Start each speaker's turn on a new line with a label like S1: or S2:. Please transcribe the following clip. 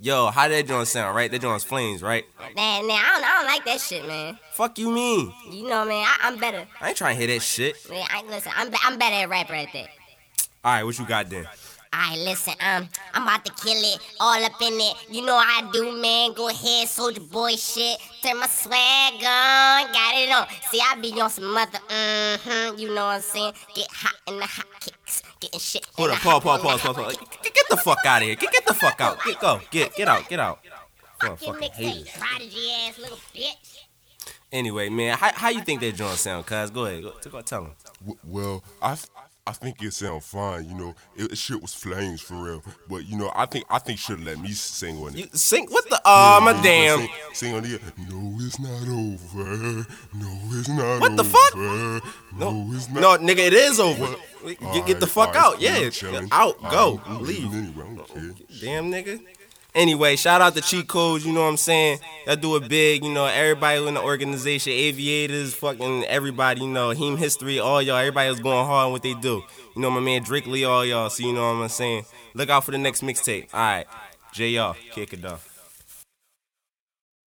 S1: Yo, how that joint sound, right? That joint's flames, right?
S2: Man, man, I don't, I don't like that shit, man.
S1: Fuck you mean?
S2: You know, man, I, I'm better.
S1: I ain't trying to hear that shit.
S2: Man, I, listen, I'm, be- I'm better at rap right there.
S1: All right, what you got then?
S2: Alright, listen, um, I'm about to kill it, all up in it. You know I do, man. Go ahead, soldier boy shit. Turn my swag on, got it on. See, I be on some mother, mm-hmm, you know what I'm saying? Get hot in the hot kicks, getting shit. in
S1: Hold
S2: the
S1: up,
S2: hot-
S1: pause, pause, pause, pause, pause. Get, get the fuck out of here. Get, get the fuck out. Get go. Get get out. Get out. Fuck,
S2: Fucking
S1: fucking haters.
S2: mixtape, prodigy ass little bitch.
S1: Anyway, man, how, how you think that joint sound, cuz? Go ahead. Go, go tell him.
S3: W- Well, I th- I think it sound fine. You know, it, it shit was flames for real. But you know, I think I think should let me sing on it.
S1: You sing what the oh
S3: Mm,
S1: my damn.
S3: Sing, sing on the air. No, it's not over. No, it's not
S1: What the
S3: over.
S1: fuck?
S3: No, it's not.
S1: No, nigga, it is over. Get, get the
S3: Alright,
S1: fuck
S3: alright,
S1: out.
S3: you
S1: Yeah,
S3: chillin'.
S1: out. Go.
S3: Alright, I'm leaving
S1: Leave.
S3: Anyway, I don't care.
S1: Damn nigga. Anyway, shout out to Cheat Codes, you know what I'm saying? Y'all do it big, you know, everybody in the organization, aviators, fucking everybody, you know, Heme History, all y'all, everybody was going hard on what they do. You know, my man Drake Lee, all y'all, so you know what I'm saying? Look out for the next mixtape. All right, JR, kick it off.